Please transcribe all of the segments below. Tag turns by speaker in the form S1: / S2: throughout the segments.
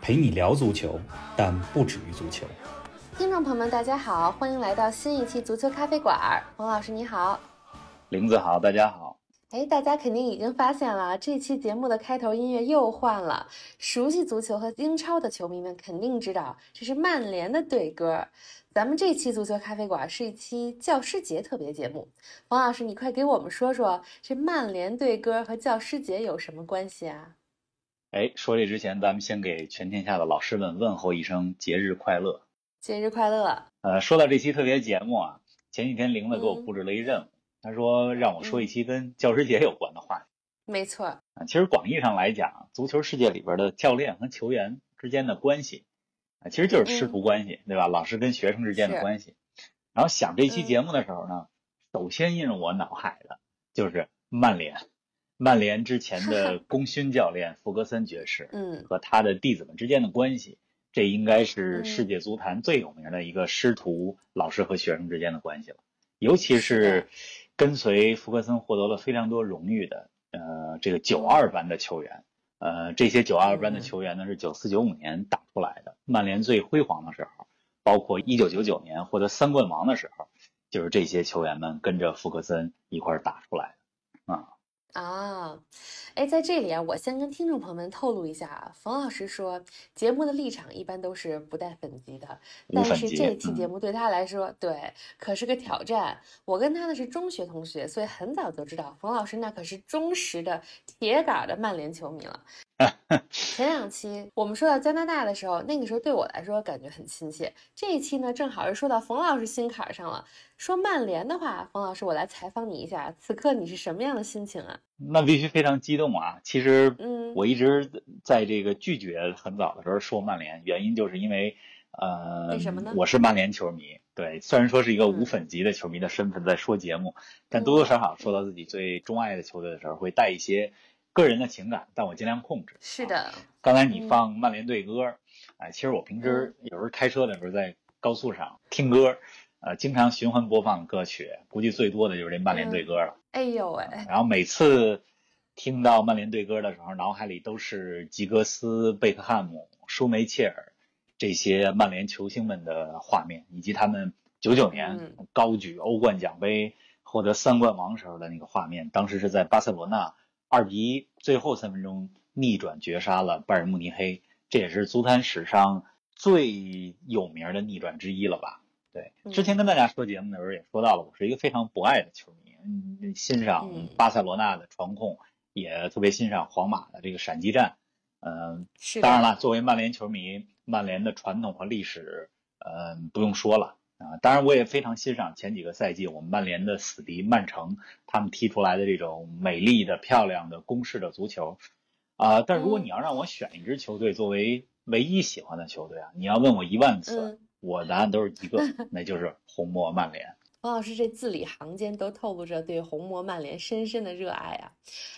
S1: 陪你聊足球，但不止于足球。
S2: 听众朋友们，大家好，欢迎来到新一期足球咖啡馆。冯老师你好，
S3: 林子好，大家好。
S2: 哎，大家肯定已经发现了，啊这期节目的开头音乐又换了。熟悉足球和英超的球迷们肯定知道，这是曼联的队歌。咱们这期足球咖啡馆是一期教师节特别节目。冯老师，你快给我们说说，这曼联队歌和教师节有什么关系啊？
S3: 哎，说这之前，咱们先给全天下的老师们问候一声节日快乐。
S2: 节日快乐！
S3: 呃，说到这期特别节目啊，前几天玲子给我
S2: 嗯
S3: 布置了一任务，她说让我说一期跟教师节有关的话题。
S2: 没错，
S3: 啊，其实广义上来讲，足球世界里边的教练和球员之间的关系啊，其实就是师徒关系，对吧？老师跟学生之间的
S2: 是
S3: 关系。然后想这期节目的时候呢，首先映入我脑海的就是曼联，曼联之前的功勋教练弗格森爵士
S2: 嗯，
S3: 和他的弟子们之间的关系，这应该是
S2: 嗯
S3: 世界足坛最有名的一个师徒、老师和学生之间的关系了。尤其
S2: 是的
S3: 是跟随福克森获得了非常多荣誉的，呃，这个九二班的球员，呃，这些九二班
S2: 嗯
S3: 的球员呢是九四九五年打出来的，曼联最辉煌的时候，包括一九九九年获得三冠王的时候，就是这些球员们跟着福克森一块儿打出来的。
S2: 啊，哎，在这里啊，我先跟听众朋友们透露一下啊，冯老师说节目的立场一般都是不带粉籍的，
S3: 无
S2: 但
S3: 粉
S2: 是
S3: 籍
S2: 这期节
S3: 嗯
S2: 目对他来说，对，可是个挑战。我跟他呢是中学同学，所以很早就知道冯老师那可是忠实的铁杆儿的曼联球迷 了。前两期我们说到加拿大的时候，那个时候对我来说感觉很亲切。这一期呢，正好是说到冯老师心坎儿上了。说曼联的话，冯老师，我来采访你一下，此刻你是什么样的心情啊？
S3: 那必须非常激动啊！其实
S2: 嗯
S3: 我一直在这个拒绝很早的时候说曼联，原因就是因为，呃，
S2: 为什么呢
S3: 我是曼联球迷，对，虽然说是一个
S2: 嗯
S3: 无粉级的球迷的身份在说节目，但
S2: 嗯
S3: 多多少少说到自己最钟爱的球队的时候，会带一些个人的情感，但我尽量控制。
S2: 是的，
S3: 刚才你
S2: 嗯
S3: 放曼联队歌，哎，其实我平时有时候开车的时候在高速上听歌，呃，经常循环播放的歌曲，估计最多的就是这曼联队歌了。
S2: 哎呦喂，
S3: 然后每次听到曼联队歌的时候，脑海里都是吉格斯、贝克汉姆、舒梅切尔这些曼联球星们的画面，以及他们九九年高举欧冠奖杯、获得三冠王时候的那个画面。当时是在巴塞罗那二比一最后三分钟逆转绝杀了拜仁慕尼黑，这也是足坛史上最有名的逆转之一了吧。对
S2: 嗯，
S3: 之前跟大家说节目的时候也说到了，我是一个非常博爱的球迷，嗯，欣赏
S2: 嗯
S3: 巴塞罗那的传控，也特别欣赏皇马的这个闪击战。嗯、
S2: 是的，
S3: 当然了，作为曼联球迷，曼联的传统和历史，嗯、不用说了啊、当然，我也非常欣赏前几个赛季我们曼联的死敌曼城，他们踢出来的这种美丽的、漂亮的、攻势的足球。啊、但如果
S2: 嗯
S3: 你要让我选一支球队作为唯一喜欢的球队啊，你要问我一万
S2: 嗯，
S3: 次，我答案都是一个，那就是红魔曼联。
S2: 冯老师哦这字里行间都透露着对红魔曼联深深的热爱啊！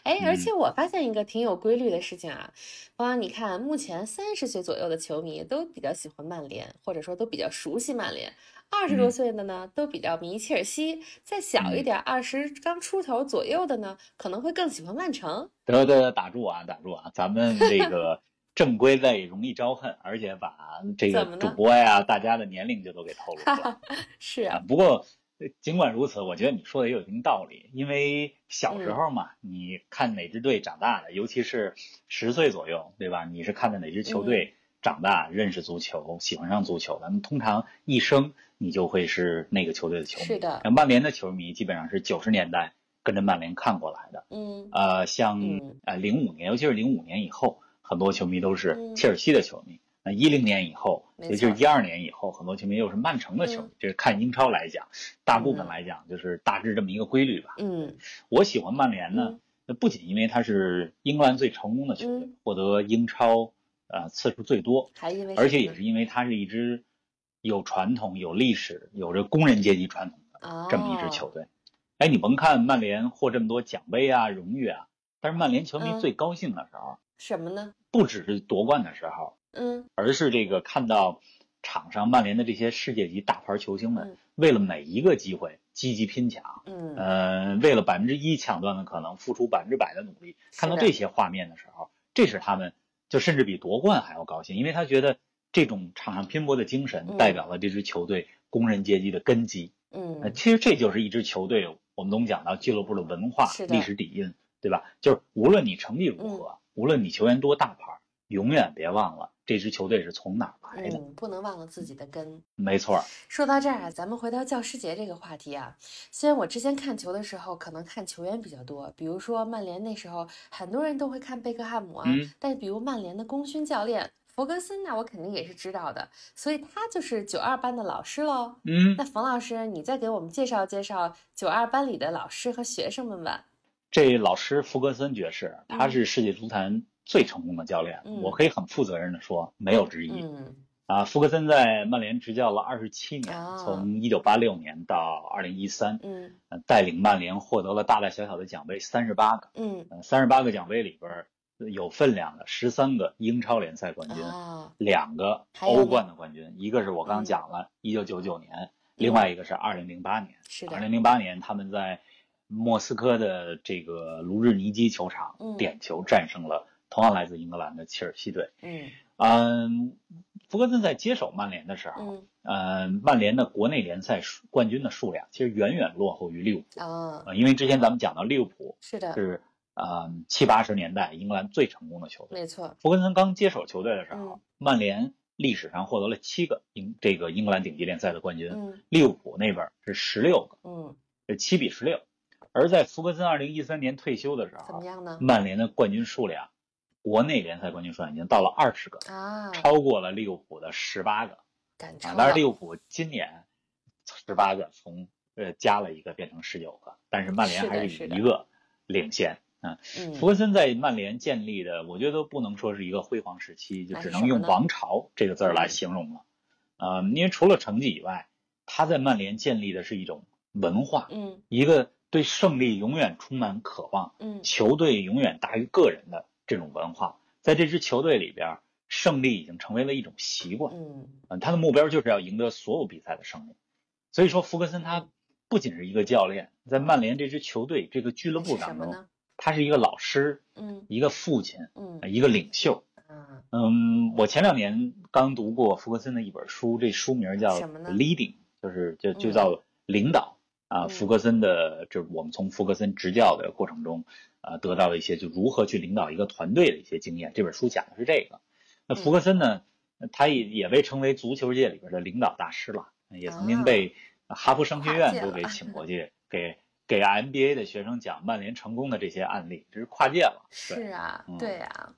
S2: 哎，而
S3: 嗯
S2: 且我发现一个挺有规律的事情啊，冯老师，你看，目前三十岁左右的球迷都比较喜欢曼联，或者说都比较熟悉曼联；二十多
S3: 嗯
S2: 岁的呢，都比较迷切尔西；再小一点，二十刚出头左右的呢，可能会更喜欢曼城。
S3: 得得得，打住啊，打住啊！咱们这个正规类容易招恨，而且把这
S2: 怎么
S3: 个
S2: 呢
S3: 主播呀、大家的年龄就都给透露出来 了。
S2: 是
S3: 啊
S2: 啊，
S3: 不过呃尽管如此，我觉得你说的也有一定道理，因为小
S2: 嗯
S3: 时候嘛，你看哪支队长大的，尤其是十岁左右，对吧？你是看着哪支球
S2: 嗯
S3: 队长大，认识足球，喜欢上足球的，那么通常一生你就会是那个球队的球迷。
S2: 是的
S3: 那曼联的球迷基本上是九十年代跟着曼联看过来的，
S2: 嗯，
S3: 呃，像
S2: 嗯
S3: 呃零五年，尤其是零五年以后，很多球迷都是
S2: 嗯
S3: 切尔西的球迷。那一零年以后，
S2: 没
S3: 尤其是
S2: 错嗯
S3: 一二年以后，很多球迷又是曼城的球迷。这是看英超来讲，大部分来讲就是大致这么一个规律吧。
S2: 嗯，
S3: 我喜欢曼联呢
S2: 嗯，
S3: 那不仅因为它是英格兰最成功的球队
S2: 嗯，
S3: 获得英超、呃次数最多，
S2: 还因为
S3: 而且也是因为它是一支有传统、有历史、有着工人阶级传统的
S2: 哦
S3: 这么一支球
S2: 队，
S3: 队。哎，你甭看曼联获这么多奖杯啊、荣誉啊，但是曼联球迷
S2: 嗯
S3: 最高兴的时候，
S2: 什么呢？
S3: 不只是夺冠的时候，
S2: 嗯，
S3: 而是这个看到场上曼联的这些世界级大牌球星们，
S2: 嗯
S3: 为了每一个机会积极拼抢，
S2: 嗯，
S3: 呃，为了百分之一抢断的可能付出百分之百的努力。
S2: 是
S3: 看到
S2: 的
S3: 这些画面的时候，这是他们就甚至比夺冠还要高兴，因为他觉得这种场上拼搏的精神
S2: 嗯
S3: 代表了这支球队工人阶级的根基。呃，
S2: 嗯，
S3: 其实这就是一支球队，我们总讲到俱乐部的文化
S2: 是、的嗯
S3: 历史底蕴，对吧？就是无论你成绩如何，无论你球员多大牌，永远别忘了这支球队是从哪儿来的。
S2: 嗯，不能忘了自己的根。
S3: 没错儿，
S2: 说到这儿啊，咱们回到教师节这个话题啊。虽然我之前看球的时候，可能看球员比较多，比如说曼联那时候，很多人都会看贝克汉姆啊。
S3: 嗯
S2: 但比如曼联的功勋教练弗格森，那我肯定也是知道的，所以他就是九二班的老师喽。
S3: 嗯，
S2: 那冯老师，你再给我们介绍介绍九二班里的老师和学生们吧。
S3: 这老师弗格森爵士，他
S2: 嗯
S3: 是世界足坛最成功的教练，
S2: 嗯
S3: 我可以很负责任的说，没有之一。
S2: 嗯
S3: 啊，弗格森在曼联执教了二十七年，
S2: 啊
S3: 从一九八六年到二零一三，
S2: 嗯
S3: 呃带领曼联获得了大大小小的奖杯三十八个，
S2: 嗯
S3: 呃三十八个奖杯里边儿呃有分量的十三个英超联赛冠军，
S2: 啊，
S3: 两个
S2: 还有呢嗯
S3: 欧冠的冠军，一个是我刚讲了，一九九九年，另外一个是二零零八年。
S2: 是的
S3: 二，零零八年，他们在莫斯科的这个卢日尼基球场
S2: 嗯
S3: 点球战胜了同样来自英格兰的切尔西队。
S2: 嗯
S3: 嗯，弗格森在接手曼联的时候，
S2: 嗯
S3: 嗯，曼联的国内联赛数冠军的数量其实远远落后于利物浦。
S2: 啊，
S3: 呃，因为之前咱们讲到利物浦
S2: 是的，
S3: 是呃七八十年代英格兰最成功的球队。
S2: 没错，
S3: 弗格森刚接手球队的时候，
S2: 嗯
S3: 曼联历史上获得了七个英这个英格兰顶级联赛的冠军，
S2: 嗯
S3: 利物浦那边是十六个，
S2: 嗯，
S3: 是七比十六。而在弗格森二零一三年退休的时
S2: 怎么
S3: 候，
S2: 样呢？
S3: 曼联的冠军数量，国内联赛冠军数量已经到了二十个。
S2: 啊，
S3: 超过了利物浦的十八个
S2: 赶超
S3: 啊！
S2: 了，
S3: 当然，利物浦今年十八个从呃加了一个变成十九个，但是曼
S2: 是
S3: 联
S2: 的是
S3: 还是以
S2: 的
S3: 一个领先。
S2: 嗯
S3: 弗格森在曼联建立的，我觉得都不能说是一个辉煌时期，就
S2: 那
S3: 只
S2: 是
S3: 能
S2: 什么
S3: 用
S2: 呢嗯
S3: 王朝这个字儿来形容了。呃，因为除了成绩以外，他在曼联建立的是一种文化，
S2: 嗯
S3: 一个对胜利永远充满渴望。
S2: 嗯
S3: 球队永远大于个人的这种文化，在这支球队里边，胜利已经成为了一种习惯。
S2: 嗯
S3: 嗯，他的目标就是要赢得所有比赛的胜利。所以说，弗格森他不仅是一个教练，在曼联这支球队、这个俱乐
S2: 那
S3: 部
S2: 是什
S3: 当
S2: 么
S3: 中，
S2: 呢？
S3: 他是一个老师、
S2: 嗯
S3: 一个父亲、呃
S2: 嗯
S3: 一个领袖。
S2: 啊，
S3: 嗯，我前两年刚读过福格森的一本书，这书名叫
S2: 什么呢
S3: 《Leading》，就是就就
S2: 嗯
S3: 叫领导啊。
S2: 嗯
S3: 福格森的，就是我们从福格森执教的过程中啊，得到了一些就如何去领导一个团队的一些经验。这本书讲的是这个。那福
S2: 嗯
S3: 格森呢，他也也被称为足球界里边的领导大师了，也曾经
S2: 啊
S3: 被哈佛商学
S2: 跨界
S3: 院都
S2: 了
S3: 给请过去，给给 MBA 的学生讲曼联成功的这些案例，这是跨界了。对
S2: 是啊
S3: 嗯，
S2: 对啊。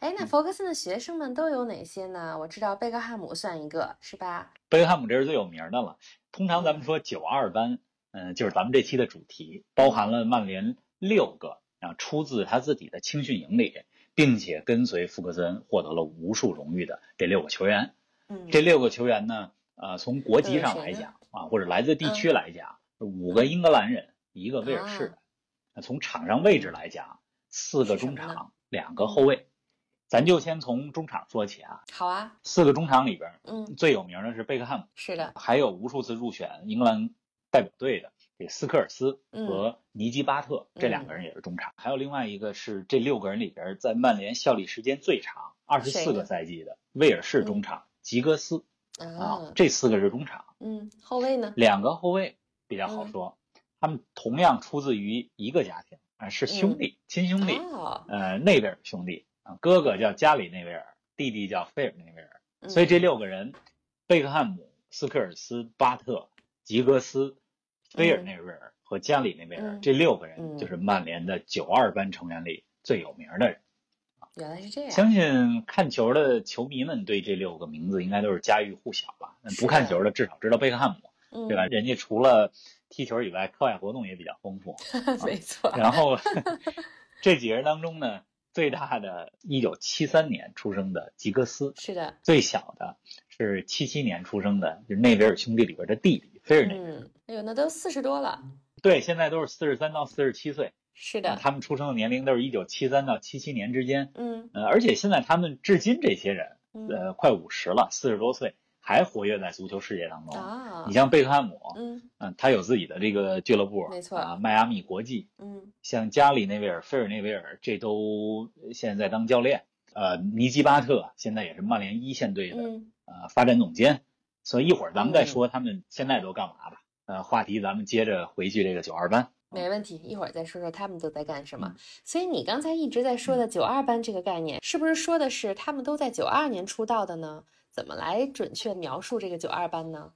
S2: 哎，那弗格森的学生们都有哪些呢？我知道贝克汉姆算一个，是吧？
S3: 贝克汉姆这是最有名儿的了。通常咱们说九二班，嗯、就是咱们这期的主题，包含了曼联六个啊，出自他自己的青训营里，并且跟随福格森获得了无数荣誉的这六个球员。
S2: 嗯，
S3: 这六个球员呢，呃，从国籍上来
S2: 都有谁
S3: 讲啊，或者来自地
S2: 嗯
S3: 区来讲，五个英格兰人，一个威尔士人。那从场上位置来讲，四个
S2: 啊是什
S3: 中
S2: 么呢
S3: 场，两个后卫。咱就先从中场说起啊，
S2: 好啊，
S3: 四个中场里边儿
S2: 嗯，
S3: 最有名的是贝克汉姆。
S2: 是的，
S3: 还有无数次入选英格兰代表队的这斯科尔斯和尼基巴特、
S2: 嗯
S3: 这两个人也是中场，还有另外一个是这六个人里边在曼联效力时间最长，二十
S2: 谁
S3: 四
S2: 呢嗯
S3: 个赛季的威尔士中场、吉格斯啊
S2: 啊，，
S3: 这四个是中场，
S2: 嗯，后卫呢？
S3: 两个后卫比较
S2: 嗯
S3: 好说，他们同样出自于一个家庭啊，是兄弟、亲兄弟，
S2: 嗯哦，
S3: 呃，内贝尔兄弟啊，哥哥叫加里内维尔，弟弟叫菲尔内维尔。
S2: 嗯
S3: 所以这六个人，贝克汉姆、斯科尔斯、巴特、吉格斯、菲尔内维尔和加里内维尔、
S2: 嗯
S3: 这六个
S2: 嗯
S3: 人，就是曼联的九二班成员里最有名的人。
S2: 原来是这样，
S3: 相信看球的球迷们对这六个名字应该都是家喻户晓吧？
S2: 是
S3: 不看球的至少知道贝克汉姆，
S2: 嗯，
S3: 对吧？？人家除了踢球 以啊外，课外活动也比较丰富。
S2: 没错，
S3: 然后这几个人当中呢，最大的1973年出生的吉格斯，
S2: 是的，
S3: 最小的是77年出生的，就是内维尔兄弟里边的弟弟菲尔内。
S2: 嗯，哎呦，那都四十多了，
S3: 对，现在都是四十三到四十七岁，
S2: 是
S3: 啊
S2: 的，
S3: 他们出生的年龄都是一九七三到七七年之间。
S2: 嗯
S3: 呃，而且现在他们至今这些人，
S2: 嗯
S3: 呃，快五十了，四十多岁还活跃在足球世界当中。
S2: 啊，
S3: 哦你像贝克汉姆，
S2: 嗯
S3: 嗯，他有自己的这个俱乐部，
S2: 没错
S3: 啊，迈阿密国际。
S2: 嗯
S3: 像加里内维尔、菲尔内维尔，这都现在当教练。呃，尼基巴特现在也是曼联一线队的、
S2: 嗯，
S3: 呃发展总监。所以一会儿咱们再
S2: 哦
S3: 说他们现在都干嘛吧。呃，话题咱们接着回去这个九二班。
S2: 没问题，一会儿再说说他们都在干什么。
S3: 嗯
S2: 所以你刚才一直在说的“九二班”这个概念，是不是说的是他们都在九二年出道的呢？怎么来准确描述这个“九二班”呢？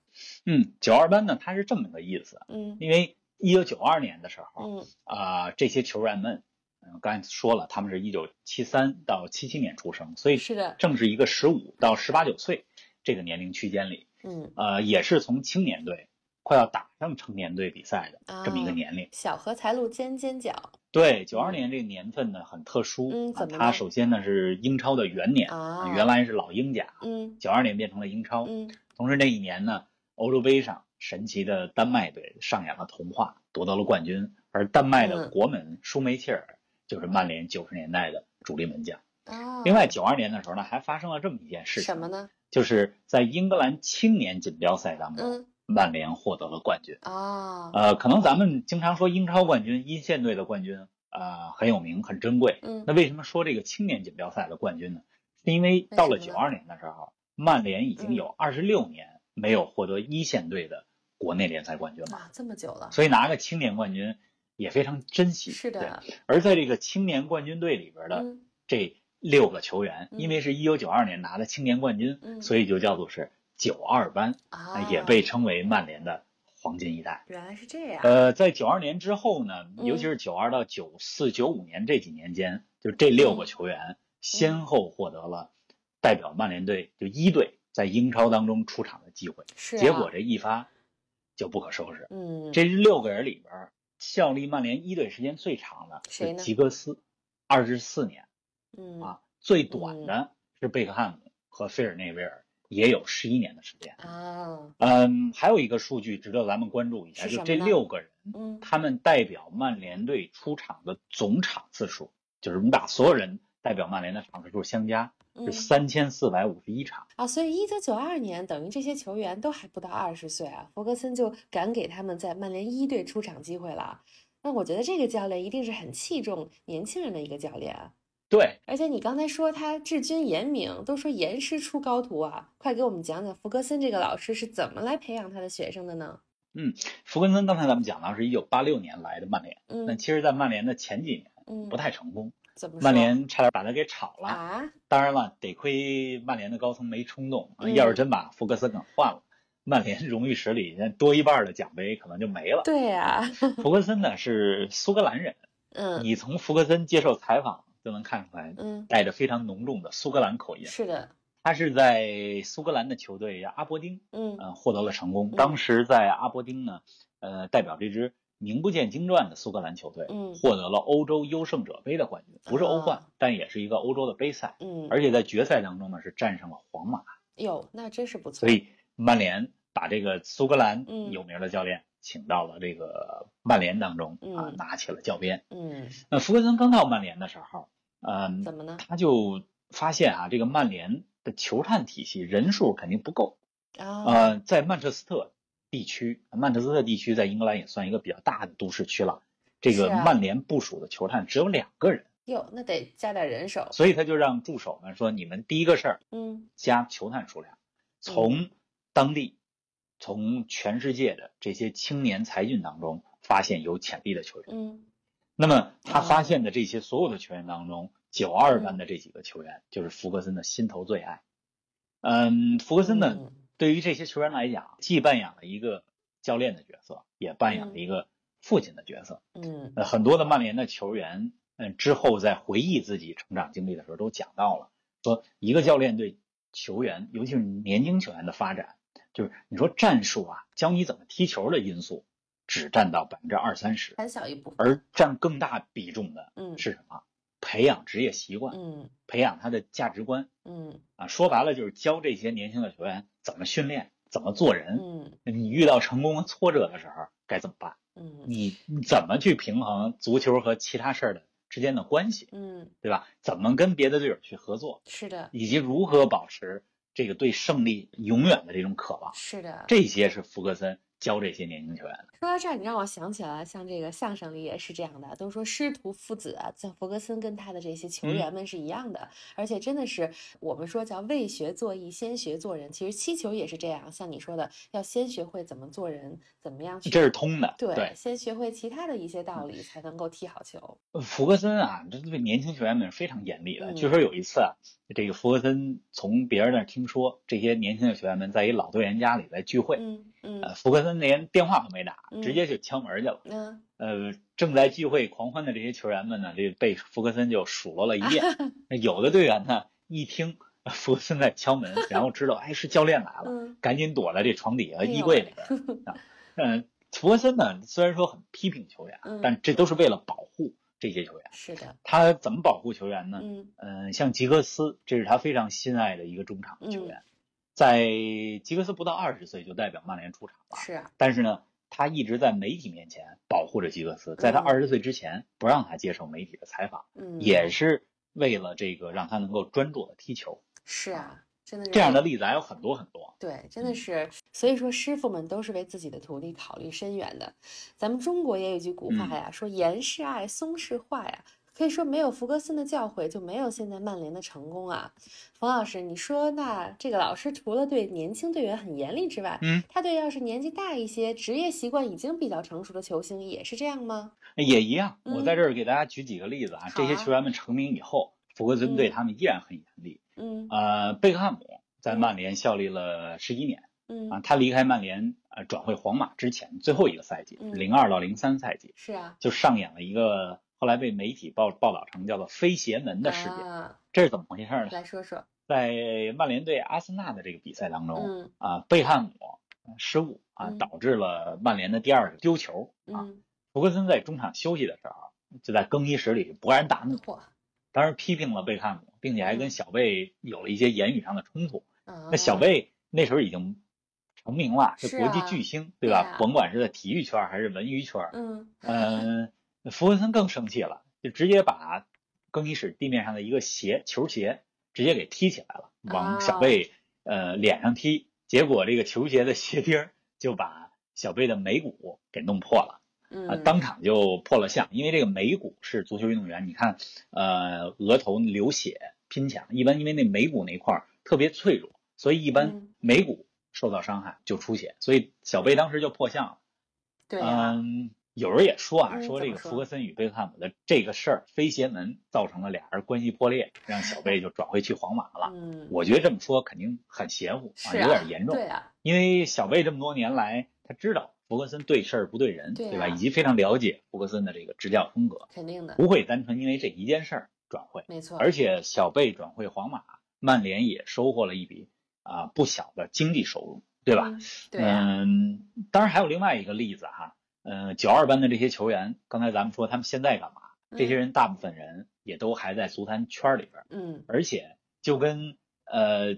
S3: 嗯，九二班呢，它是这么个意思，
S2: 嗯
S3: 因为一九九二年的时候
S2: 嗯
S3: 啊、这些球员们，嗯、刚才说了，他们是一九七三到七七年出生，所以
S2: 是的
S3: 正是一个十五到十八九岁这个年龄区间里，
S2: 嗯，
S3: 呃，也是从青年队快要打上成年队比赛的这么一个
S2: 啊
S3: 年龄。
S2: 小荷才露尖尖角
S3: 对，九二年这个年份呢很特殊，
S2: 嗯
S3: 啊
S2: 怎么
S3: 它
S2: 呢
S3: 首先呢是英超的元年，
S2: 啊
S3: 原来是老英甲，
S2: 嗯
S3: 九二年变成了英超。
S2: 嗯
S3: 同时那一年呢，欧洲杯上神奇的丹麦队上演了童话，夺得了冠军，而丹麦的
S2: 嗯
S3: 国门舒梅切尔就是曼联九十年代的主力门将。
S2: 啊，
S3: 另外，九二年的时候呢，还发生了这么一件事情，
S2: 什么？呢？
S3: 就是在英格兰青年锦标赛当中，
S2: 嗯
S3: 曼联获得了冠军。
S2: 啊
S3: 呃，可能咱们经常说英超冠军、一线队的冠军，呃，很有名、很珍贵。
S2: 嗯
S3: 那为什么说这个青年锦标赛的冠军呢？是因为到了
S2: 为什
S3: 九
S2: 么嗯
S3: 二年的时候，曼联已经有二十六年没有获得一线队的国内联赛冠军了，
S2: 啊，这么久了，
S3: 所以拿个青年冠军也非常珍惜。
S2: 是的
S3: 对，，而在这个青年冠军队里边的
S2: 嗯
S3: 这六个球员，
S2: 嗯
S3: 因为是一九九二年拿的青年冠军，
S2: 嗯
S3: 所以就叫做是九二班，
S2: 啊，
S3: 哎也被称为曼联的黄金一代。
S2: 原来是这样，
S3: 呃，在九二年之后呢，
S2: 嗯
S3: 尤其是九二到九四、九五年这几年间，就这六
S2: 嗯
S3: 个球员先后获得了代表曼联队就一队在英超当中出场的机会，
S2: 是
S3: 结
S2: 啊
S3: 果这一发就不可收拾。
S2: 嗯
S3: 这六个人里边儿，效力曼联一队时间最长的
S2: 谁
S3: 是
S2: 呢
S3: 吉格斯，二十四年
S2: 嗯
S3: 啊，最短的是贝克汉姆和菲尔内维尔，也有十一年的时间。
S2: 啊
S3: 嗯，还有一个数据值得咱们关注一下，
S2: 是
S3: 就
S2: 什
S3: 这
S2: 么呢
S3: 六个人。
S2: 嗯
S3: 他们代表曼联队出场的总场次数，就是我们把所有人代表曼联的场次数相加
S2: 嗯
S3: 是三千四百五十一场。
S2: 啊，所以一九九二年，等于这些球员都还不到二十岁啊，弗格森就敢给他们在曼联一队出场机会了。那我觉得这个教练一定是很器重年轻人的一个教练啊。
S3: 对，
S2: 而且你刚才说他治军严明，都说严师出高徒啊，快给我们讲讲弗格森这个老师是怎么来培养他的学生的呢？
S3: 福根森刚才咱们讲到是一九八六年来的曼联，那
S2: 嗯
S3: 其实，在曼联的前几年
S2: 嗯，
S3: 不太成功，
S2: 怎么
S3: 曼
S2: 说
S3: 联差点把他给炒了。
S2: 啊，
S3: 当然了，得亏曼联的高层没冲动，
S2: 嗯
S3: 要是真把福格森给换了，曼联荣誉史里多一半的奖杯可能就没 了。
S2: 对呀、啊，
S3: 福格森呢是苏格兰人，
S2: 嗯
S3: 你从福格森接受采访就能看出来，
S2: 嗯，
S3: 带着非常浓重的苏格兰口音。
S2: 是的，
S3: 他是在苏格兰的球队阿伯丁，
S2: 嗯
S3: 呃，获得了成功。
S2: 嗯
S3: 当时在阿伯丁呢，呃，代表这支名不见经传的苏格兰球队，
S2: 嗯
S3: 获得了欧洲优胜者杯的冠军，不是欧冠
S2: 啊，
S3: 但也是一个欧洲的杯赛。
S2: 嗯，
S3: 而且在决赛当中呢，是战胜了皇马，
S2: 哟，那真是不错，
S3: 所以曼联把这个苏格兰
S2: 嗯
S3: 有名的教练请到了这个曼联当中啊
S2: 嗯，
S3: 拿起了教鞭。
S2: 嗯，
S3: 那福格森刚到曼联的时候，嗯，
S2: 怎么呢？
S3: 他就发现啊，这个曼联的球探体系人数肯定不够。
S2: 啊，
S3: 呃，在曼彻斯特地区，曼彻斯特地区在英格兰也算一个比较大的都市区了。这个
S2: 是啊
S3: 曼联部署的球探只有两个人，
S2: 哟，那得加点人手，
S3: 所以他就让助手们说：“你们第一个事儿
S2: 嗯
S3: 加球探数量，从当地、从全世界的这些青年才俊当中发现有潜力的球员。”
S2: 嗯
S3: 那么他
S2: 哦
S3: 发现的这些所有的球员当中，九二班的这几个球员就是福格森的心头最爱。嗯，福格森呢，
S2: 嗯
S3: 对于这些球员来讲，既扮演了一个教练的角色，也扮演了一个父亲的角色。
S2: 嗯
S3: 呃，很多的曼联的球员，嗯，之后在回忆自己成长经历的时候，都讲到了说，一个教练对球员，尤其是年轻球员的发展，就是你说战术啊，教你怎么踢球的因素，只占到百分之二三十。
S2: 很小一部分，
S3: 而占更大比重的
S2: 嗯
S3: 是什么？培养职业习惯，
S2: 嗯
S3: 培养他的价值观
S2: 嗯
S3: 啊。说白了就是教这些年轻的球员怎么训练，怎么做人。
S2: 嗯
S3: 你遇到成功和挫折的时候该怎么办？
S2: 嗯
S3: 你你怎么去平衡足球和其他事儿的之间的关系，
S2: 嗯，
S3: 对吧？怎么跟别的队友去合作，
S2: 是的，
S3: 以及如何保持这个对胜利永远的这种渴望，
S2: 是的。
S3: 这些是福格森教这些年轻球员的。
S2: 说到这儿，你让我想起来，像这个相声里也是这样的，都说师徒父子啊，像弗格森跟他的这些球
S3: 嗯
S2: 员们是一样的，而且真的是我们说叫为学作艺，先学做人。其实踢球也是这样，像你说的，要先学会怎么做人，怎么样去
S3: 这是通的，
S2: 对，
S3: 对，嗯
S2: 先学会其他的一些道理，才能够踢好球。
S3: 福格森啊，这对年轻球员们是非常严厉的。
S2: 嗯
S3: 据说有一次啊，这个福格森从别人那儿听说，这些年轻的球员们在一老队员家里在聚会，
S2: 嗯嗯
S3: 呃，福格森连电话都没打，
S2: 嗯
S3: 直接就敲门去了。
S2: 嗯，
S3: 呃，正在聚会狂欢的这些球员们呢，这被福格森就数落了一 遍。那有的队员呢，一听福格森在敲门，然后知道哎是教练来了，
S2: 嗯
S3: 赶紧躲在这床底下
S2: 哎呦
S3: 衣柜里边啊。嗯，福格森呢，虽然说很批评球员啊
S2: 嗯，
S3: 但这都是为了保护这些球员。
S2: 是的，
S3: 他怎么保护球员呢？
S2: 嗯
S3: 嗯，像吉格斯，这是他非常心爱的一个中场
S2: 嗯
S3: 球员，在吉格斯不到二十岁就代表曼联出场了。
S2: 是啊，
S3: 但是呢，他一直在媒体面前保护着吉格斯，在他
S2: 嗯
S3: 二十岁之前不让他接受媒体的采访，
S2: 嗯
S3: 也是为了这个让他能够专注的踢球。
S2: 是啊，真的是
S3: 这样的例子还有很多很多。
S2: 对，真的
S3: 嗯
S2: 是，所以说师傅们都是为自己的徒弟考虑深远的。咱们中国也有一句古话
S3: 嗯
S2: 呀，说严是爱，松是坏呀。可以说，没有福格森的教诲，就没有现在曼联的成功啊。冯老师，你说那这个老师除了对年轻队员很严厉之外，
S3: 嗯，
S2: 他对要是年纪大一些、职业习惯已经比较成熟的球星也是这样吗？
S3: 也一样，
S2: 嗯
S3: 我在这儿给大家举几个例子啊。
S2: 好啊
S3: 这些球员们成名以后，福格森对他们依然很严厉。
S2: 嗯
S3: 呃，贝克汉姆在曼联效力了十一年
S2: 嗯，
S3: 啊，他离开曼联呃转会皇马之前最后一个赛季，
S2: 嗯
S3: 零二到零三赛季，
S2: 是啊，
S3: 就上演了一个后来被媒体报报道成叫做“飞鞋门”的事件。
S2: 啊，
S3: 这是怎么回事呢？
S2: 来说说，
S3: 在曼联对阿森纳的这个比赛当中，
S2: 嗯
S3: 啊，贝克汉姆失误啊，
S2: 嗯
S3: 导致了曼联的第二个丢球啊。
S2: 嗯，
S3: 福格森在中场休息的时候，就在更衣室里勃然大怒，
S2: 嚯，
S3: 当时批评了贝克汉姆，并且还跟
S2: 嗯
S3: 小贝有了一些言语上的冲突。
S2: 那
S3: 那小贝那时候已经成名了，
S2: 嗯是
S3: 是
S2: 啊
S3: 国际巨星，
S2: 对
S3: 对
S2: 啊
S3: 吧？甭管是在体育圈还是文 娱圈，
S2: 嗯
S3: 嗯，福格森更生气了，就直接把更衣室地面上的一个鞋球鞋直接给踢起来了，往小贝呃脸上踢，结果这个球鞋的鞋钉儿就把小贝的眉骨给弄破了啊，
S2: 嗯，
S3: 当场就破了相。因为这个眉骨是足球运动员，你看呃额头流血拼抢，一般因为那眉骨那块儿特别脆弱，所以一般
S2: 嗯
S3: 眉骨受到伤害就出血，所以小贝当时就破相了。
S2: 对啊，
S3: 嗯，有人也说啊，
S2: 嗯
S3: 说
S2: 怎
S3: 这
S2: 么
S3: 个
S2: 说
S3: 福格森与贝克汉姆的这个事儿飞邪门造成了俩人关系破裂，让小贝就转回去皇马了。
S2: 嗯，
S3: 我觉得这么说肯定很邪乎
S2: 是
S3: 有点严
S2: 对
S3: 重，
S2: 啊，
S3: 因为小贝这么多年来，他知道福格森对事儿不对人，
S2: 对
S3: 对
S2: 啊
S3: 吧？以及非常了解福格森的这个执教风格，
S2: 肯定的，
S3: 不会单纯因为这一件事儿转会。
S2: 没错，
S3: 而且小贝转会皇马，曼联也收获了一笔啊、不小的经济收入，对吧？
S2: 嗯？对啊，
S3: 嗯，当然还有另外一个例子哈，嗯，九二班的这些球员，刚才咱们说他们现在干嘛？这些人大部分人也都还在足坛圈里边儿，
S2: 嗯，
S3: 而且就跟呃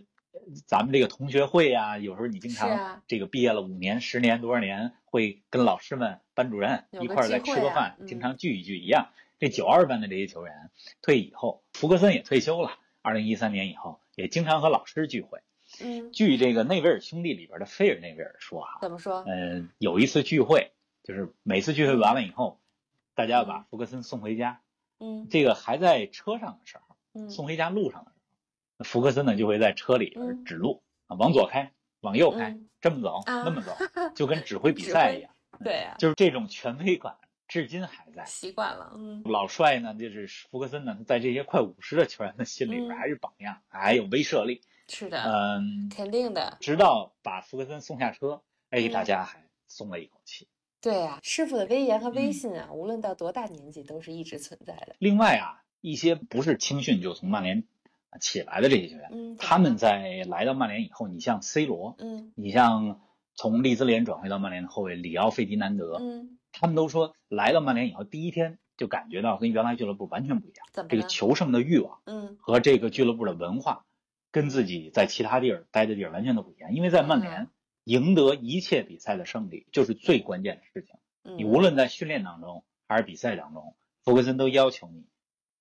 S3: 咱们这个同学会呀、有时候你经
S2: 是
S3: 常
S2: 啊
S3: 这个毕业了五年、十年多少年，会跟老师们、班主任
S2: 有
S3: 一
S2: 个
S3: 块儿
S2: 聚
S3: 再吃
S2: 会
S3: 个
S2: 啊
S3: 饭
S2: 嗯，
S3: 经常聚一聚一样。这九二班的这些球员退役以后，福格森也退休了，二零一三年以后也经常和老师聚会。
S2: 嗯嗯，
S3: 据这个内维尔兄弟里边的菲尔内维尔说哈、
S2: 怎么说？
S3: 嗯，有一次聚会，就是每次聚会完了以后，大家把福格森送回家。
S2: 嗯
S3: 这个还在车上的时候，
S2: 嗯，
S3: 送回家路上的时候，那福格森呢就会在车里
S2: 嗯
S3: 边指路啊，往左开，往右开
S2: 嗯，
S3: 这么走，
S2: 啊
S3: 那么走，就跟指挥比
S2: 指
S3: 赛
S2: 挥
S3: 一样，
S2: 对啊，
S3: 就是这种权威感至今还在。
S2: 习惯了，嗯
S3: 老帅呢，就是福格森呢，在这些快五十的球员的心里边
S2: 嗯
S3: 还是榜样，还有威慑力。
S2: 是的，
S3: 嗯，
S2: 肯定的，
S3: 直到把福格森送下车，哎，
S2: 嗯
S3: 大家还松了一口气。
S2: 对啊，师傅的威严和威
S3: 嗯
S2: 信啊，无论到多大年纪，都是一直存在的。
S3: 另外啊，一些不是青训就从曼联起来的这些球员，
S2: 嗯，怎
S3: 他
S2: 么
S3: 们
S2: 了
S3: 在来到曼联以后，你像 C 罗，
S2: 嗯
S3: 你像从利兹联转会到曼联的后卫里奥费迪南德，
S2: 嗯
S3: 他们都说来到曼联以后第一天就感觉到跟原来俱乐部完全不一样。
S2: 怎么
S3: 这个
S2: 了
S3: 求胜的欲望
S2: 嗯
S3: 和这个俱乐部的文化，跟自己在其他地儿待的地儿完全都不一样。因为在曼联，
S2: 嗯
S3: 赢得一切比赛的胜利就是最关键的事情。
S2: 嗯，
S3: 你无论在训练当中还是比赛当中，弗格森都要求你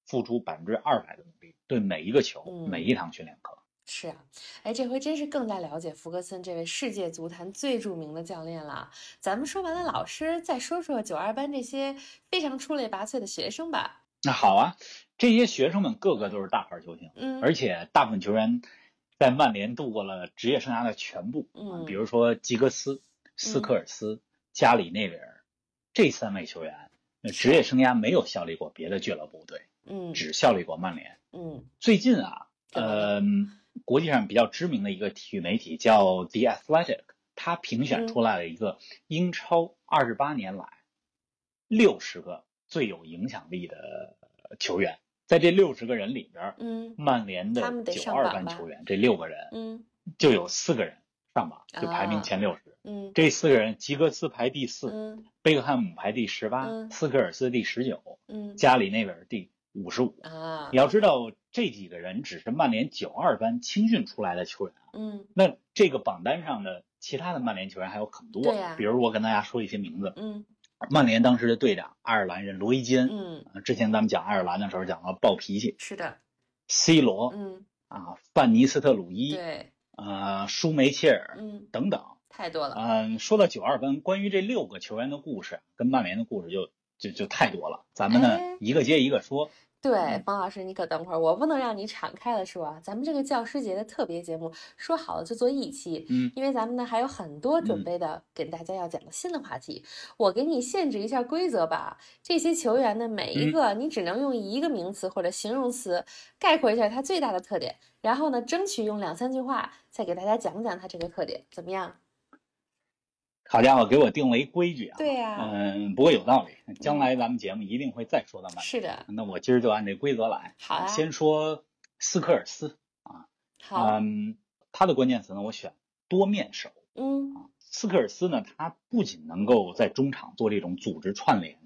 S3: 付出百分之二百的努力，对每一个球、
S2: 嗯
S3: 每一堂训练课。
S2: 是啊，哎，这回真是更加了解福格森这位世界足坛最著名的教练了。啊咱们说完了老师，再说说九二班这些非常出类拔萃的学生吧。
S3: 那好啊，这些学生们个个都是大牌球星，
S2: 嗯，
S3: 而且大部分球员在曼联度过了职业生涯的全部。
S2: 嗯
S3: 比如说吉格斯、斯科尔斯、加里内维尔这三位球员，呃职业生涯没有效力过别的俱乐部队，
S2: 嗯
S3: 只效力过曼联。
S2: 嗯
S3: 最近啊，
S2: 怎么了
S3: 呃，国际上比较知名的一个体育媒体叫 The Athletic，它评
S2: 嗯
S3: 选出来了一个英超二十八年来六十个最有影响力的球员，在这六十个人里边儿，
S2: 嗯
S3: 曼联的
S2: 他们得
S3: 九
S2: 上
S3: 二
S2: 榜
S3: 班
S2: 吧
S3: 球员这六个人
S2: 嗯
S3: 就有四个人上榜，就排名
S2: 啊
S3: 前六十。
S2: 嗯
S3: 这四个人，吉格斯排第四，
S2: 嗯
S3: 贝克汉姆排第十八、
S2: 嗯
S3: 斯科尔斯第十九，
S2: 嗯
S3: 加里内维尔第五十五。
S2: 啊
S3: 你要知道，这几个人只是曼联九二班青训出来的球员啊，
S2: 嗯
S3: 那这个榜单上的其他的曼联球员还有很多。
S2: 对啊呀
S3: 比如我跟大家说一些名字，
S2: 嗯
S3: 曼联当时的队长爱尔兰人罗伊金，
S2: 嗯，
S3: 呃之前咱们讲爱尔兰的时候讲到暴脾气
S2: 是的，
S3: ，C 罗、
S2: 嗯
S3: 啊，范尼斯特鲁伊，
S2: 对，
S3: 啊，舒梅切尔、
S2: 嗯
S3: 等等。
S2: 太多了，
S3: 嗯，说到九二班，关于这六个球员的故事，啊跟曼联的故事就就就太多了。咱们呢
S2: 哎，
S3: 一个接一个说。
S2: 对
S3: 嗯，
S2: 方老师，你可等会儿，我不能让你敞开了说啊。咱们这个教师节的特别节目，说好了就做一期，
S3: 嗯
S2: 因为咱们呢还有很多准
S3: 嗯
S2: 备的给大家要讲的新的话题。我给你限制一下规则吧，这些球员呢，每一
S3: 嗯
S2: 个你只能用一个名词或者形容词概括一下他最大的特点，然后呢，争取用两三句话再给大家讲讲他这个特点，怎么样？
S3: 好家伙，给我定了一规矩啊！
S2: 对呀、
S3: 嗯，不过有道理，将来咱们节目一定会再说到曼
S2: 是的，
S3: 联。那我今儿就按这规则来，
S2: 好啊，
S3: 先说斯科尔斯。
S2: 好，
S3: 嗯，他的关键词呢，我选多面手。
S2: 嗯
S3: 斯科尔斯呢，他不仅能够在中场做这种组织串联，啊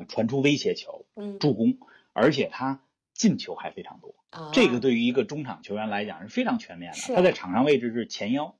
S2: 嗯
S3: 传出威胁球、
S2: 嗯，
S3: 助攻，而且他进球还非常多。这
S2: 哦
S3: 个对于一个中场球员来讲是非常全面
S2: 啊是
S3: 的。他在场上位置是前腰。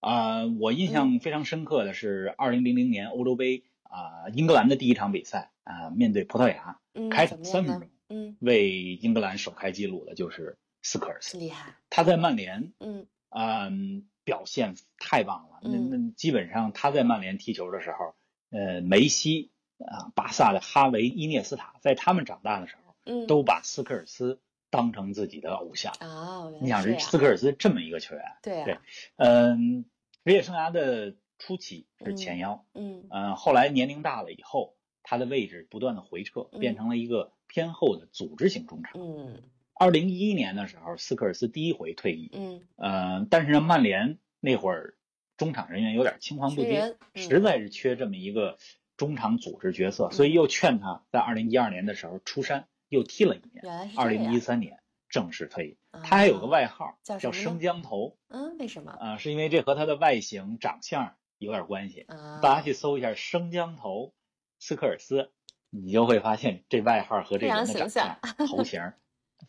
S3: 啊、我印象非常深刻的是二零零零年欧洲杯啊、英格兰的第一场比赛啊、面对葡萄牙，
S2: 嗯
S3: 开
S2: 怎么
S3: 场三
S2: 样
S3: 分
S2: 呢？
S3: 钟
S2: 嗯，
S3: 为英格兰首开纪录的就是斯科尔斯。
S2: 厉害，
S3: 他在曼联，
S2: 嗯。
S3: 嗯、表现太棒了。那
S2: 嗯
S3: 那基本上他在曼联踢球的时候，呃，梅西啊、巴萨的哈维、伊涅斯塔，在他们长大的时候，
S2: 嗯，
S3: 都把斯科尔斯当成自己的偶像。
S2: 啊，原来
S3: 你想
S2: 是
S3: 是
S2: 这样，
S3: 斯科尔斯这么一个球员，
S2: 对啊
S3: 对
S2: 呀，
S3: 嗯，职业生涯的初期是前腰，
S2: 嗯
S3: 嗯、后来年龄大了以后，他的位置不断的回撤，
S2: 嗯
S3: 变成了一个偏后的组织型中场。
S2: 嗯
S3: 二零一一年的时候，斯科尔斯第一回退役，
S2: 嗯，
S3: 嗯、但是呢，曼联那会儿中场人员有点青黄不
S2: 缺
S3: 接
S2: 人，嗯
S3: 实在是缺这么一个中场组织角色，所以又劝他在二零一二年的时候出山，又踢了一年。
S2: 原来是
S3: 二
S2: 这
S3: 零一
S2: 样。
S3: 三年正式退役，他还有个
S2: 啊，
S3: 外号
S2: 叫什
S3: 叫
S2: 么呢
S3: 生姜头。
S2: 嗯，为什么
S3: 啊，是因为这和他的外形、长相有点关系。
S2: 啊？
S3: 大家去搜一下“生姜头”斯科尔斯，你就会发现这外号和这人的长相、头型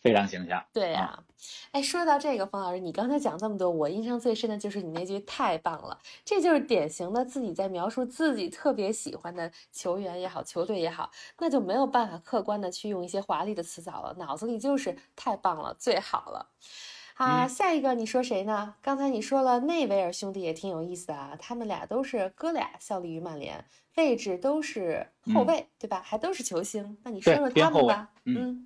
S3: 非常形象。
S2: 对呀、
S3: 啊
S2: 哎，说到这个，方老师，你刚才讲这么多，我印象最深的就是你那句“太棒了”，这就是典型的自己在描述自己特别喜欢的球员也好，球队也好，那就没有办法客观的去用一些华丽的词藻了，脑子里就是“太棒了”“最好了”。啊，
S3: 嗯
S2: 下一个你说谁呢？刚才你说了内维尔兄弟也挺有意思的啊，他们俩都是哥俩效力于曼联，位置都是后
S3: 嗯
S2: 卫，对吧？还都是球星，那 你说
S3: 对
S2: 说
S3: 边
S2: 他们
S3: 后卫
S2: 吧。
S3: 嗯
S2: 嗯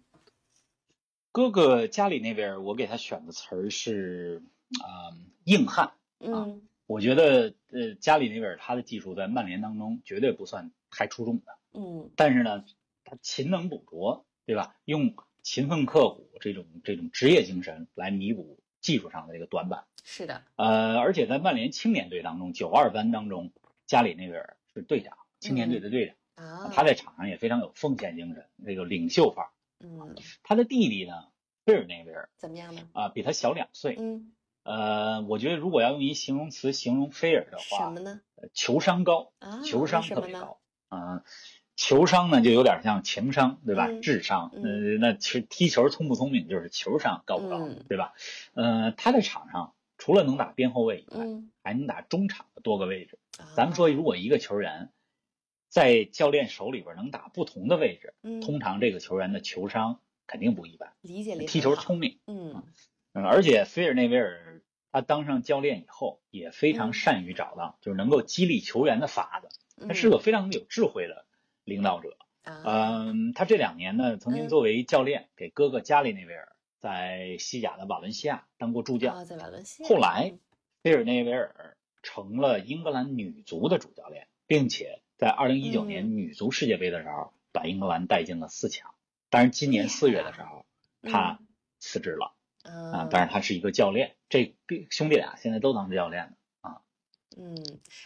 S3: 哥哥家里那边，我给他选的词儿是啊、硬汉。
S2: 嗯
S3: 我觉得呃，家里那边他的技术在曼联当中绝对不算太出众的，
S2: 嗯
S3: 但是呢，他勤能补拙，对吧？用勤奋刻苦这种这种职业精神来弥补技术上的这个短板。
S2: 是的，
S3: 呃，而且在曼联青年队当中，九二班当中，加里内维尔是队长，青年队的队长，
S2: 啊，
S3: 他在场上也非常有奉献精神，这个领袖范儿。
S2: 嗯，
S3: 他的弟弟呢，菲尔内维尔
S2: 怎么样呢？
S3: 啊、比他小两岁。
S2: 嗯，
S3: 呃，我觉得如果要用一形容词形容菲尔的
S2: 什
S3: 话
S2: 么，呢？
S3: 呃球商高，
S2: 啊，
S3: 球商
S2: 为什
S3: 特
S2: 么
S3: 别
S2: 呢？
S3: 高。嗯、球商呢就有点像情商，对吧？
S2: 嗯
S3: 智商，
S2: 嗯
S3: 呃，那其实踢球聪不聪明就是球商高不高，
S2: 嗯
S3: 对吧？呃，他在场上除了能打边后卫以外，
S2: 嗯，
S3: 还能打中场的多个位置。
S2: 啊
S3: 哎咱们说，如果一个球员在教练手里边能打不同的位置，
S2: 嗯
S3: 通常这个球员的球商肯定不一般，
S2: 理解力
S3: 踢
S2: 很
S3: 球
S2: 好，
S3: 聪明。
S2: 嗯
S3: 嗯，而且菲尔内维尔他当上教练以后，也非
S2: 嗯
S3: 常善于找到就是能够激励球员的法子。他
S2: 嗯，
S3: 是个非常有智慧的领导者。
S2: 啊，
S3: 嗯，他这两年呢，曾
S2: 嗯
S3: 经作为教练给哥哥加里内维尔在西甲的瓦伦西亚当过助
S2: 啊
S3: 教。
S2: 在瓦伦西亚，
S3: 后来
S2: 嗯，
S3: 菲尔内维尔成了英格兰女足的主教练，并且在2019年
S2: 嗯
S3: 女足世界杯的时候把英格兰带进了四强。当然，今
S2: 厉
S3: 年
S2: 害
S3: 四月的
S2: 啊
S3: 时候他辞职了
S2: 嗯
S3: 啊，但是他是一个教练。这兄弟俩现在都当教练了。
S2: 嗯，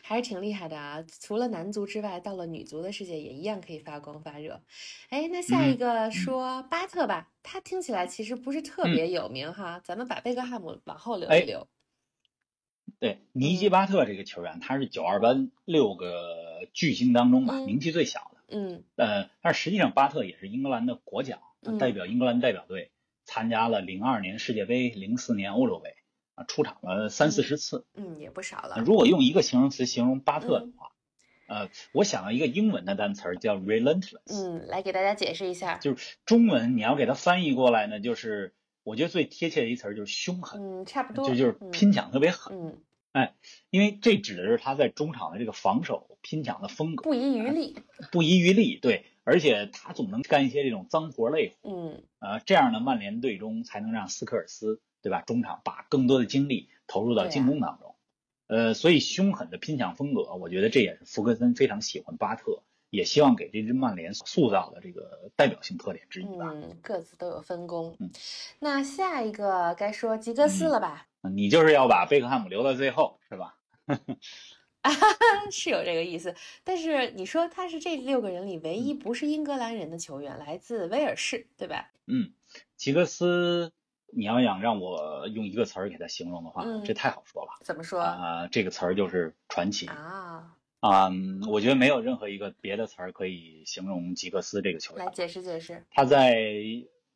S2: 还是挺厉害的啊！除了男足之外，到了女足的世界也一样可以发光发热。哎，那下一
S3: 嗯
S2: 个说巴特吧，他听起来其实不是特别有名哈，咱们把贝克汉姆往后留
S3: 哎
S2: 一留。
S3: 对，尼基
S2: 嗯
S3: 巴特这个球员，他是九二班六个巨星当中吧，
S2: 嗯
S3: 名气最小的。
S2: 嗯
S3: 呃，但实际上巴特也是英格兰的国脚，
S2: 嗯
S3: 呃代表英格兰代表队参加了零二年世界杯、零四年欧洲杯啊，出场了三四十次。
S2: 嗯，也不少了
S3: 呃。如果用一个形容词形容巴特的话，呃，我想到一个英文的单词儿叫 relentless，、
S2: 嗯，来给大家解释一下。
S3: 就是中文你要给它翻译过来呢，就是我觉得最贴切的一词儿就是凶狠，
S2: 嗯，差不多。
S3: 这就是
S2: 嗯
S3: 拼抢特别狠。
S2: 嗯，
S3: 因为这指的是他在中场的这个防守拼抢的风格，
S2: 不遗余力。
S3: 不遗余力。对，而且他总能干一些这种脏活累活，
S2: 嗯
S3: 呃，这样呢，曼联队中才能让斯科尔斯对吧，中场把更多的精力投入到
S2: 对啊
S3: 进攻当中。呃，所以凶狠的拼抢风格，我觉得这也是福格森非常喜欢巴特，也希望给这支曼联塑造的这个代表性特点之一吧。
S2: 嗯，各自都有分工。
S3: 嗯
S2: 那下一个该说吉格斯
S3: 嗯
S2: 了吧？
S3: 你就是要把贝克汉姆留到最后，是吧？
S2: 是有这个意思，但是你说他是这六个人里唯一不是英格兰人的球员，来自威尔士，对吧？
S3: 嗯，吉格斯，你要想让我用一个词儿给他形容的话，
S2: 嗯
S3: 这太好说了
S2: 怎么说
S3: 啊、这个词儿就是传奇啊、
S2: 啊？
S3: 嗯我觉得没有任何一个别的词儿可以形容吉格斯这个球
S2: 来
S3: 员。
S2: 解释解释。
S3: 他在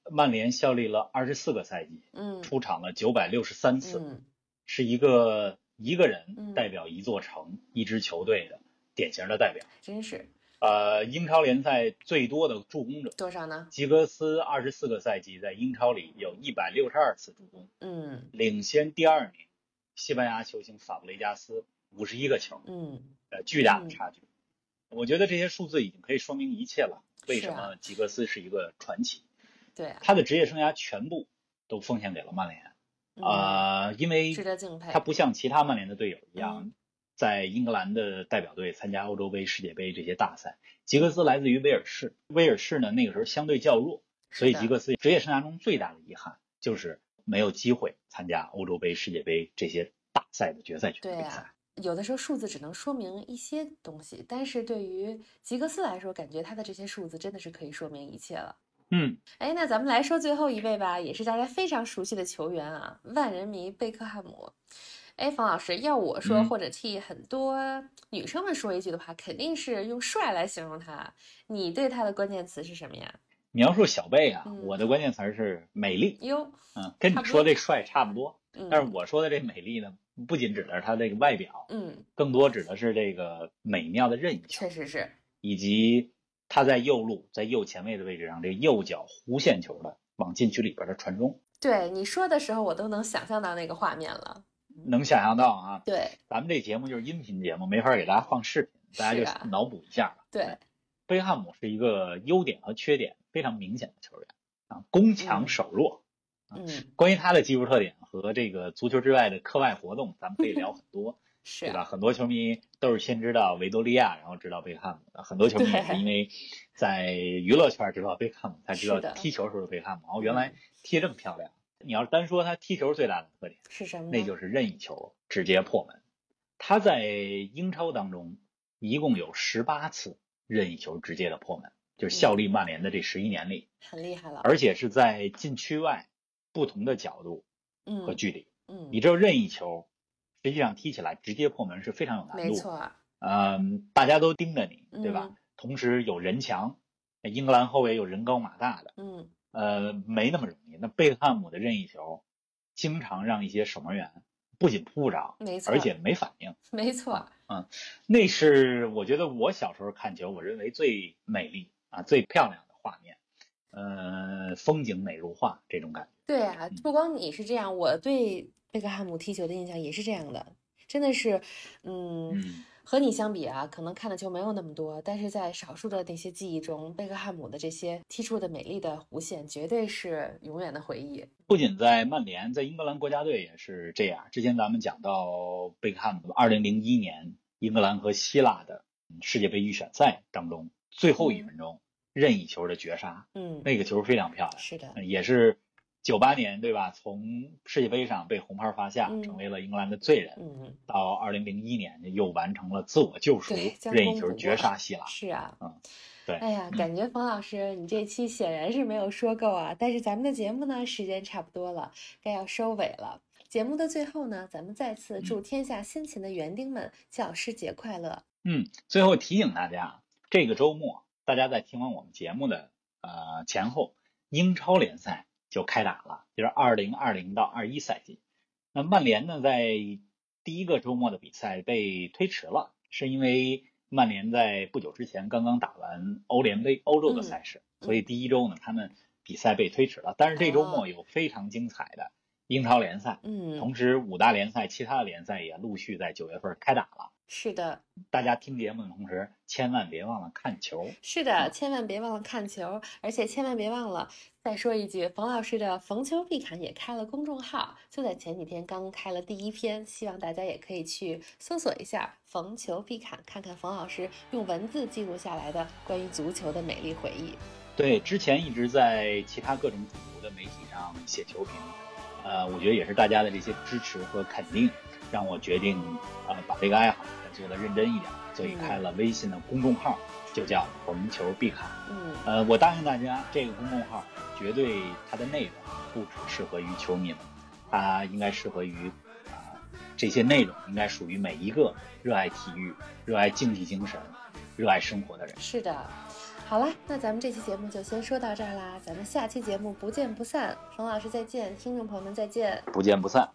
S3: 曼联效力了二十四个赛季，
S2: 嗯
S3: 出场了九百六十三次，
S2: 嗯
S3: 是一个一个
S2: 嗯
S3: 人代表一座城、一支球队的典型的代表。
S2: 真是
S3: 呃，英超联赛最多的助攻者。
S2: 多少呢？
S3: 吉格斯二十四个赛季在英超里有一百六十二次助攻，
S2: 嗯
S3: 领先第二名西班牙球星法布雷加斯五十一个球，
S2: 嗯，
S3: 呃，巨大的
S2: 嗯
S3: 差距。我觉得这些数字已经可以说明一切了，为
S2: 是
S3: 什
S2: 啊
S3: 么吉格斯是一个传奇？
S2: 对啊，
S3: 他的职业生涯全部都奉献给了曼联
S2: 嗯
S3: 啊、呃因为
S2: 值得敬佩。
S3: 他不像其他曼联的队友
S2: 嗯
S3: 一样，在英格兰的代表队参加欧洲杯、世界杯这些大赛。吉格斯来自于威尔士，威尔士呢那个时候相对较弱，所以
S2: 的
S3: 吉格斯职业生涯中最大的遗憾就是没有机会参加欧洲杯、世界杯这些大赛的决赛圈
S2: 对
S3: 比赛
S2: 啊。有的时候数字只能说明一些东西，但是对于吉格斯来说，感觉他的这些数字真的是可以说明一切了。
S3: 嗯，
S2: 哎，那咱们来说最后一位吧，也是大家非常熟悉的球员啊，万人迷贝克汉姆。哎，冯老师，要我说，
S3: 嗯
S2: 或者替很多女生们说一句的话，肯定是用帅来形容他。你对他的关键词是什么呀？
S3: 描述小贝啊，
S2: 嗯
S3: 我的关键词儿是美丽，
S2: 哟，
S3: 嗯，跟
S2: 差
S3: 你
S2: 不
S3: 说
S2: 多
S3: 这帅差不多，
S2: 嗯，
S3: 但是我说的这美丽呢，不仅指的是他这个外表，
S2: 嗯，
S3: 更多指的是这个美妙的任意球
S2: 确。实是，
S3: 以及他在右路在右前卫的位置上，这个右脚弧线球的往禁区里边的传中，
S2: 对你说的时候，我都能想象到那个画面了。
S3: 能想象到啊。
S2: 对
S3: 咱们这节目就是音频节目，没法给大家放视频，大
S2: 是
S3: 家
S2: 啊
S3: 就脑补一下吧。
S2: 对，
S3: 贝克汉姆是一个优点和缺点非常明显的球员啊，攻
S2: 嗯
S3: 强守弱。
S2: 嗯，
S3: 关于他的技术特点和这个足球之外的课外活动，咱们可以聊很 多。
S2: 是
S3: 对
S2: 啊，
S3: 吧？很多球迷都是先知道维多利亚，然后知道贝克汉姆的。很多球迷也
S2: 对
S3: 是因为在娱乐圈知道贝克汉姆，才知
S2: 是
S3: 道
S2: 的
S3: 踢球时候的贝克汉姆。哦，原来踢得这么漂亮。你要是单说他踢球最大的特点，
S2: 是什么呢？
S3: 那就是任意球直接破门。他在英超当中一共有十八次任意球直接的破门，
S2: 嗯
S3: 就是效力曼联的这十一年里，
S2: 很厉害了。
S3: 而且是在禁区外不同的角度
S2: 嗯
S3: 和距离。
S2: 嗯
S3: 你，知道任意球实际上踢起来直接破门是非常有难
S2: 没
S3: 度的。
S2: 错，
S3: 嗯，大家都盯着你，对吧？
S2: 嗯
S3: 同时有人墙，英格兰后卫有人高马大的，
S2: 嗯，
S3: 呃，没那么容易。那贝克汉姆的任意球，经常让一些守门员不仅扑不着，
S2: 没错，
S3: 而且嗯没反应。
S2: 没错，
S3: 那是我觉得我小时候看球，我认为最美丽啊、最漂亮的画面，呃，风景美如画这种感觉。
S2: 对啊
S3: 嗯，
S2: 不光你是这样，我对贝克汉姆踢球的印象也是这样的，真的是，嗯，
S3: 嗯，
S2: 和你相比啊，可能看的球没有那么多，但是在少数的那些记忆中，贝克汉姆的这些踢出的美丽的弧线，绝对是永远的回忆。
S3: 不仅在曼联，在英格兰国家队也是这样。之前咱们讲到贝克汉姆，二零零一年英格兰和希腊的嗯世界杯预选赛当中，最后一分钟任意球的绝杀，
S2: 嗯，
S3: 那个球非常漂亮。
S2: 是的，
S3: 嗯也是九八年对吧？从世界杯上被红牌罚下，
S2: 嗯
S3: 成为了英格兰的罪人。
S2: 嗯，
S3: 到二零零一年又完成了自我救赎
S2: 对，将
S3: 任
S2: 功
S3: 意球
S2: 补
S3: 绝
S2: 过
S3: 杀希腊。
S2: 是啊，
S3: 嗯对
S2: 哎呀，
S3: 嗯
S2: 感觉冯老师你这期显然是没有说够啊，但是咱们的节目呢，时间差不多了，该要收尾了。节目的最后呢，咱们再次祝天下辛勤的园丁们教师节快乐。
S3: 嗯，最后提醒大家，这个周末大家在听完我们节目的呃前后，英超联赛就开打了，就是二零二零到二一赛季。那曼联呢，在第一个周末的比赛被推迟了，是因为曼联在不久之前刚刚打完欧联杯欧洲的赛事，
S2: 嗯哦
S3: 所以第一周呢，他们比赛被推迟了。但是这周末有非常精彩的英超联赛，
S2: 嗯，
S3: 同时五大联赛其他的联赛也陆续在九月份开打了。
S2: 是的，
S3: 大家听节目的同时，千万别忘了看球。
S2: 是的，千万别忘了看球，而且千万别忘了再说一句，冯老师的逢球必侃也开了公众号，就在前几天刚开了第一篇，希望大家也可以去搜索一下“逢球必侃”，看看冯老师用文字记录下来的关于足球的美丽回忆。
S3: 对，之前一直在其他各种主流的媒体上写球评，呃，我觉得也是大家的这些支持和肯定，让我决定呃把这个爱好再做得认真一点，所以开了微信的公众号，就叫“逢球必看”。
S2: 嗯，
S3: 呃，我答应大家，这个公众号绝对它的内容啊不只适合于球迷们，它应该适合于啊、这些内容应该属于每一个热爱体育、热爱竞技精神、热爱生活的人。
S2: 是的。好啦，那咱们这期节目就先说到这儿啦，咱们下期节目不见不散。冯老师再见，听众朋友们再见。
S3: 不见不散。